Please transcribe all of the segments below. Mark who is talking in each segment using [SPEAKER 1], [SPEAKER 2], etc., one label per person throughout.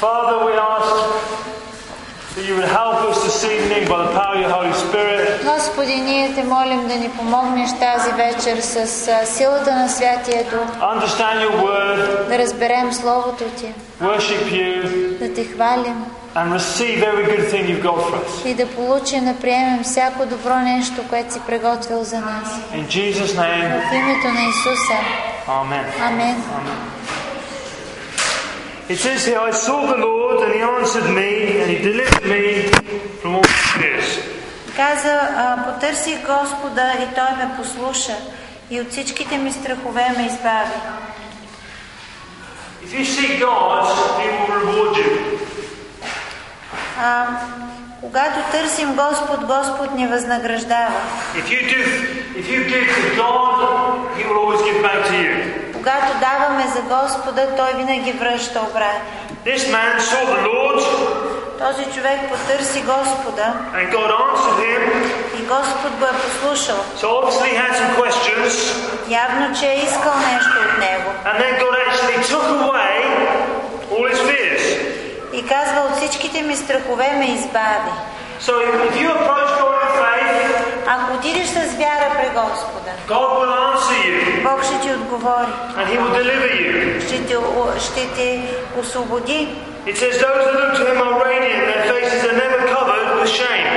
[SPEAKER 1] Father, we ask that you would help us this evening by the power of your Holy Spirit.
[SPEAKER 2] Господи, ние те молим да ни помогнеш тази вечер с а, силата на Святия Дух,
[SPEAKER 1] Understand your word,
[SPEAKER 2] да разберем Словото Ти,
[SPEAKER 1] worship you,
[SPEAKER 2] да Те хвалим
[SPEAKER 1] and receive every good thing you've got for us.
[SPEAKER 2] и да получим да приемем всяко добро нещо, което си приготвил за нас.
[SPEAKER 1] In Jesus' name,
[SPEAKER 2] В името на Исуса.
[SPEAKER 1] Amen.
[SPEAKER 2] Амен.
[SPEAKER 1] It says here, I sought the Lord, and he answered me, and he delivered me from all my fears.
[SPEAKER 3] Каза, а, потърсих Господа и Той ме послуша и от всичките ми страхове ме избави.
[SPEAKER 1] If you seek God, he will reward you.
[SPEAKER 3] А, когато търсим Господ, Господ ни възнаграждава.
[SPEAKER 1] If you do, if you give to God, he will always give back to you.
[SPEAKER 3] Когато даваме за Господа, Той винаги връща обратно.
[SPEAKER 1] This man saw the Lord,
[SPEAKER 3] Този човек потърси Господа
[SPEAKER 1] and God answered him.
[SPEAKER 3] и Господ го е послушал.
[SPEAKER 1] So obviously he had some questions,
[SPEAKER 3] Явно, че е искал нещо от него.
[SPEAKER 1] and then God actually took away all his fears.
[SPEAKER 3] И казва, от всичките ми страхове ме избави.
[SPEAKER 1] So if you approach God in faith,
[SPEAKER 3] Ако отидеш с вяра при Господа,
[SPEAKER 1] God will answer you,
[SPEAKER 3] Бог ще ти отговори.
[SPEAKER 1] and he will deliver you.
[SPEAKER 3] ще те, о- ще те освободи.
[SPEAKER 1] It says, Those that look to him are radiant, their faces are never covered with shame.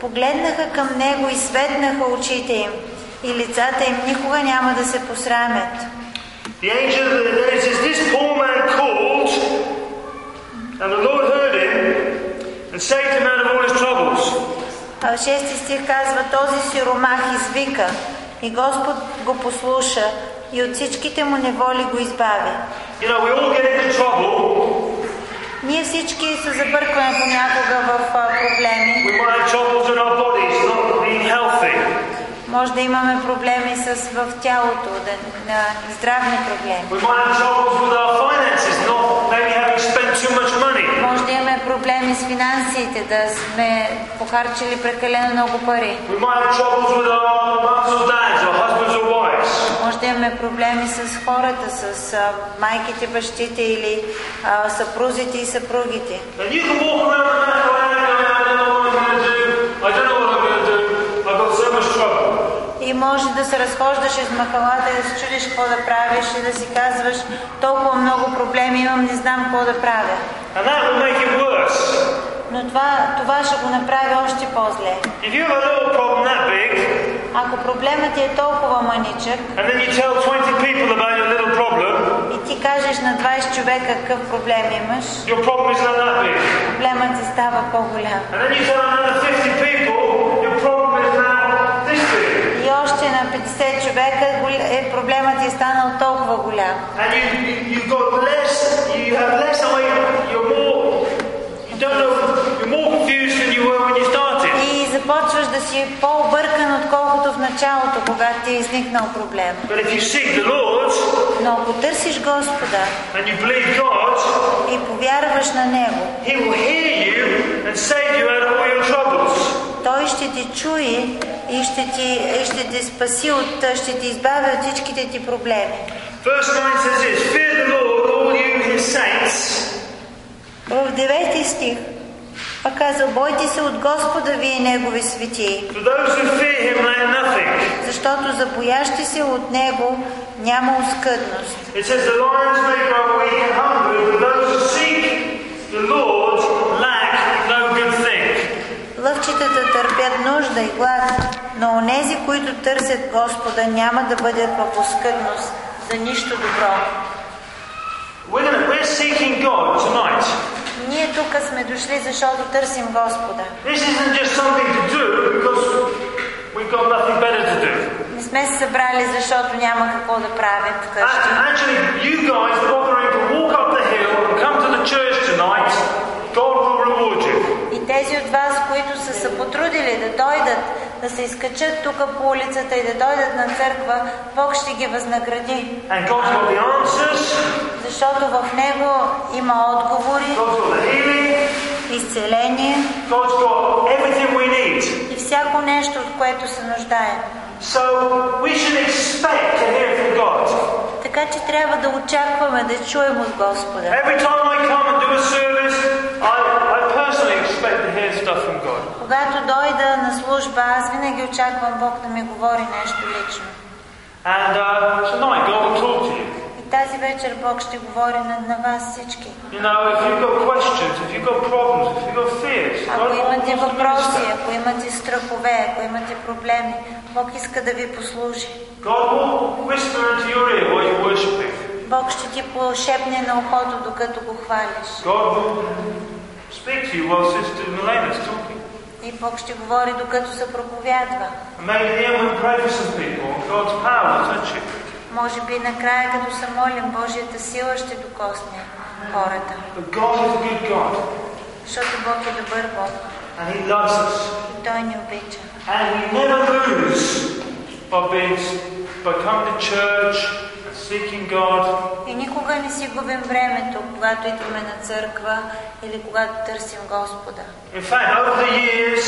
[SPEAKER 3] Погледнаха към него и светнаха очите им, и лицата им никога няма да се посрамят.
[SPEAKER 1] The angel, then it says, This poor man called, and the Lord heard him, and saved him out of all his troubles.
[SPEAKER 3] А в шести стих казва, този сиромах извика, и Господ го послуша, и от всичките му неволи го избави.
[SPEAKER 1] You know, we all get into trouble.
[SPEAKER 3] Ние всички се забъркваме понякога в а, проблеми.
[SPEAKER 1] We might have troubles in our bodies, not being healthy.
[SPEAKER 3] Може да имаме проблеми с, в тялото, да, на здравни проблеми.
[SPEAKER 1] We might have troubles with our finances, not maybe having spent too much money.
[SPEAKER 3] Може да имаме проблеми с финансите, да сме похарчили прекалено много пари.
[SPEAKER 1] We might have troubles with our mums or dads, or husbands or wives.
[SPEAKER 3] Може да имаме проблеми с хората, с а, майките, бащите или а, съпрузите и съпругите.
[SPEAKER 1] And you can walk around the map going, I don't know what I'm going to do. I don't know what I'm going to do. I've got so much trouble.
[SPEAKER 3] И може да се разхождаш из махалата и да се чудиш какво да правиш и да си казваш толкова много проблеми имам, не знам какво да правя.
[SPEAKER 1] And that will make it worse.
[SPEAKER 3] Но това, това ще го направи oще по-зле.
[SPEAKER 1] If you have a little problem that big,
[SPEAKER 3] Ако проблемът ти е толкова маничък
[SPEAKER 1] and then you tell 20 people about your little problem,
[SPEAKER 3] и ти кажеш на 20 човека какъв проблем имаш,
[SPEAKER 1] your problem is not that big.
[SPEAKER 3] проблемът ти става по-голям.
[SPEAKER 1] And then you tell another 50 people, your problem is now this big.
[SPEAKER 3] И още на 50 човека гол- е, проблемът ти е станал толкова голям.
[SPEAKER 1] And you, you, you've got less, you have less idea, you're more, you don't know, you're more confused than you were when you started.
[SPEAKER 3] И започваш да си по-объркан, отколкото в началото, когато ти е изникнал проблем.
[SPEAKER 1] But if you seek the Lord
[SPEAKER 3] Но ако търсиш Господа
[SPEAKER 1] and you believe God,
[SPEAKER 3] и повярваш на Него,
[SPEAKER 1] He will hear you and save you out of all your troubles.
[SPEAKER 3] Той ще те чуе и ще ти, и ще те спаси, от, ще те избави от всичките ти проблеми.
[SPEAKER 1] Verse 9 says this Fear the Lord, all you his saints,
[SPEAKER 3] В 9 стих пък казва, бойте се от Господа, вие негови светии,
[SPEAKER 1] for those who fear him lack nothing.
[SPEAKER 3] защото за боящи се от него няма оскъдност.
[SPEAKER 1] It says, The lions may grow weak and hungry, but those who seek the Lord lack no good thing.
[SPEAKER 3] Лъвчетата търпят нужда и глад, но онези, които търсят Господа, няма да бъдат в оскъдност за нищо добро.
[SPEAKER 1] We're, gonna, we're seeking God tonight.
[SPEAKER 3] Ние тук сме dошли, защото търсим Господа.
[SPEAKER 1] This isn't just something to do because we've got nothing better to do.
[SPEAKER 3] Не сме се събрали, защото няма какво да правим вкъщи.
[SPEAKER 1] A- Actually, you guys bothering to walk up the hill and come to the church tonight, God will reward you.
[SPEAKER 3] И тези от вас, които са се потрудили да дойдат, да се изкачат тук по улицата и да дойдат на църква, Бог ще ги възнагради.
[SPEAKER 1] And God's got the answers,
[SPEAKER 3] Защото в Него има отговори,
[SPEAKER 1] God's got the healing,
[SPEAKER 3] изцеление
[SPEAKER 1] God's got everything we need.
[SPEAKER 3] и всяко нещо, от което се нуждаем.
[SPEAKER 1] So we should expect to hear from God.
[SPEAKER 3] Така Така че трябва да очакваме да чуем от Господа.
[SPEAKER 1] Every time I come and do a service, I, I personally expect to hear stuff from God.
[SPEAKER 3] Когато дойда на служба, аз винаги очаквам Бог да ми говори нещо лично.
[SPEAKER 1] And uh, tonight, God will talk to you.
[SPEAKER 3] И тази вечер Бог ще говори на, на вас всички.
[SPEAKER 1] You know, if you've got questions, if you've got problems, if you've got fears,
[SPEAKER 3] Ако
[SPEAKER 1] God wants
[SPEAKER 3] имате
[SPEAKER 1] to
[SPEAKER 3] въпроси,
[SPEAKER 1] minister.
[SPEAKER 3] ако имате страхове, ако имате проблеми, Бог иска да ви послужи.
[SPEAKER 1] God will whisper into your ear while you're worshipping.
[SPEAKER 3] Бог ще ти пошепне на ухото, докато го хвалиш.
[SPEAKER 1] God will speak to you while Sister Milena's talking.
[SPEAKER 3] И Бог ще говори, докато се проповядва.
[SPEAKER 1] And maybe here we pray for some people. God's power will touch you.
[SPEAKER 3] Може би накрая, като се молим, Божията сила ще докосне хората.
[SPEAKER 1] But God is a good God,
[SPEAKER 3] Защото Бог е добър Бог.
[SPEAKER 1] and He loves us,
[SPEAKER 3] И Той ни обича.
[SPEAKER 1] and we never lose by being by coming to church and seeking God.
[SPEAKER 3] И никога не си губим времето, когато идваме на църква или когато търсим Господа.
[SPEAKER 1] In fact, over the years,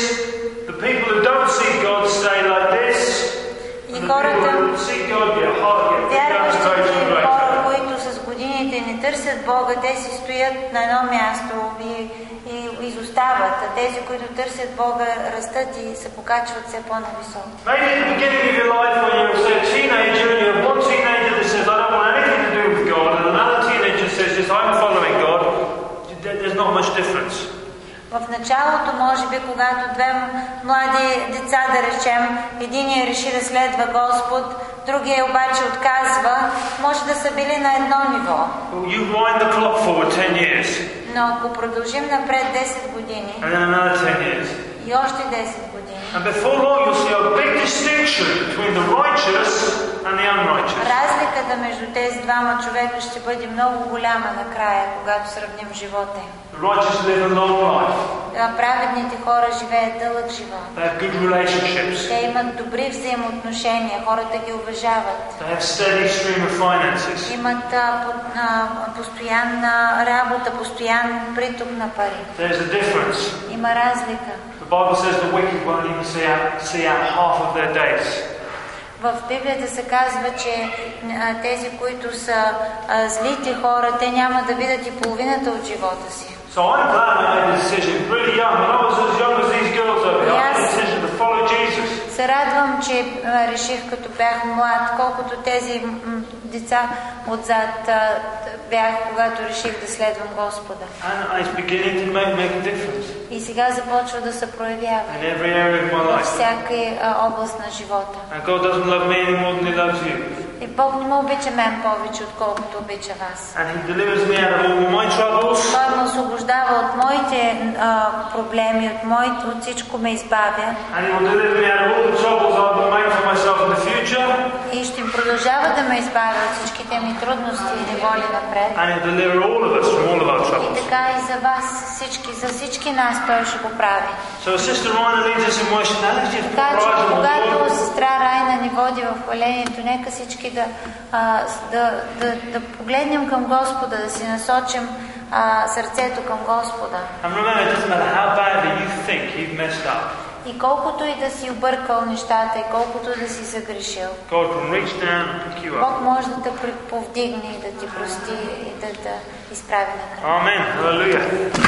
[SPEAKER 1] the people who don't see God stay like this. And the
[SPEAKER 3] И
[SPEAKER 1] people
[SPEAKER 3] хората,
[SPEAKER 1] who see God get hard, get bigger and greater
[SPEAKER 3] вярващите
[SPEAKER 1] and
[SPEAKER 3] хора,
[SPEAKER 1] greater.
[SPEAKER 3] които с годините не търсят Бога, те си стоят на едно място и, и изостават. А тези, които търсят Бога, растат и се покачват все по-нависоко.
[SPEAKER 1] Maybe at the beginning of your life when you were say, a teenager and you have one teenager that says, I don't want anything to do with God, and another teenager says, yes, I'm following God, there- there's not much difference.
[SPEAKER 3] В началото, може би, когато две млади деца, да речем, единия реши да следва Господ, другия обаче отказва, може да са били на едно ниво.
[SPEAKER 1] Well, You wind the clock forward 10 years,
[SPEAKER 3] Но ако продължим напред 10 години
[SPEAKER 1] and then another 10 years.
[SPEAKER 3] и още 10 години,
[SPEAKER 1] And before long, you'll see a big distinction between the righteous and the unrighteous.
[SPEAKER 3] разликата между тези двама човека ще бъде много голяма накрая, когато сравним живота им.
[SPEAKER 1] The righteous live a long life,
[SPEAKER 3] А Праведните хора живеят дълъг живот.
[SPEAKER 1] they have good relationships,
[SPEAKER 3] Те имат добри взаимоотношения, хората ги уважават.
[SPEAKER 1] they have steady stream of finances.
[SPEAKER 3] имат а, по- а, постоянна работа, постоянен приток на пари.
[SPEAKER 1] There's a difference.
[SPEAKER 3] Има разлика.
[SPEAKER 1] The Bible says the wicked won't even see out, see out half of their days.
[SPEAKER 3] В Библията се казва, че а, тези, които са а, злите хора, те няма да видят и половината от живота си.
[SPEAKER 1] So I'm glad I made a decision really young. When I was as young as these girls over here, I made a
[SPEAKER 3] Yes.
[SPEAKER 1] decision to follow Jesus.
[SPEAKER 3] Се радвам, че а, реших като бях млад, колкото тези м, м, деца отзад а, бях, когато реших да следвам Господа.
[SPEAKER 1] And it's beginning to make, make a difference
[SPEAKER 3] И сега започва да се проявява
[SPEAKER 1] in every area of my
[SPEAKER 3] във
[SPEAKER 1] life.
[SPEAKER 3] всяка а, област на живота.
[SPEAKER 1] And God doesn't love me any more than He loves you.
[SPEAKER 3] И Бог не ме обича мен повече, отколкото обича вас.
[SPEAKER 1] And He delivers me out of all my troubles.
[SPEAKER 3] Той ме освобождава от моите а, проблеми, от, моите, от всичко ме избавя
[SPEAKER 1] And He will deliver me out of all the troubles I will make for myself in the future.
[SPEAKER 3] и ще им продължава да ме избавя от всичките ми трудности и неволи напред.
[SPEAKER 1] And He'll deliver all of us from all of our
[SPEAKER 3] И
[SPEAKER 1] troubles.
[SPEAKER 3] така и за вас, всички, за всички нас Той ще го прави.
[SPEAKER 1] So Sister Rhina leads us in worship. Now let's just
[SPEAKER 3] Така че,
[SPEAKER 1] rise and
[SPEAKER 3] когато
[SPEAKER 1] Lord.
[SPEAKER 3] сестра Райна ни води в хвалението, нека всички да, а, с- да, да, да погледнем към Господа, да си насочим а, сърцето към Господа.
[SPEAKER 1] And remember, it doesn't matter how badly you think you've messed up,
[SPEAKER 3] И колкото и да си объркал нещата, и колкото да си загрешил,
[SPEAKER 1] God can reach down and pick you up.
[SPEAKER 3] Бог може да те при- повдигне и да ти прости и да те изправи на кръг.
[SPEAKER 1] Amen. Hallelujah.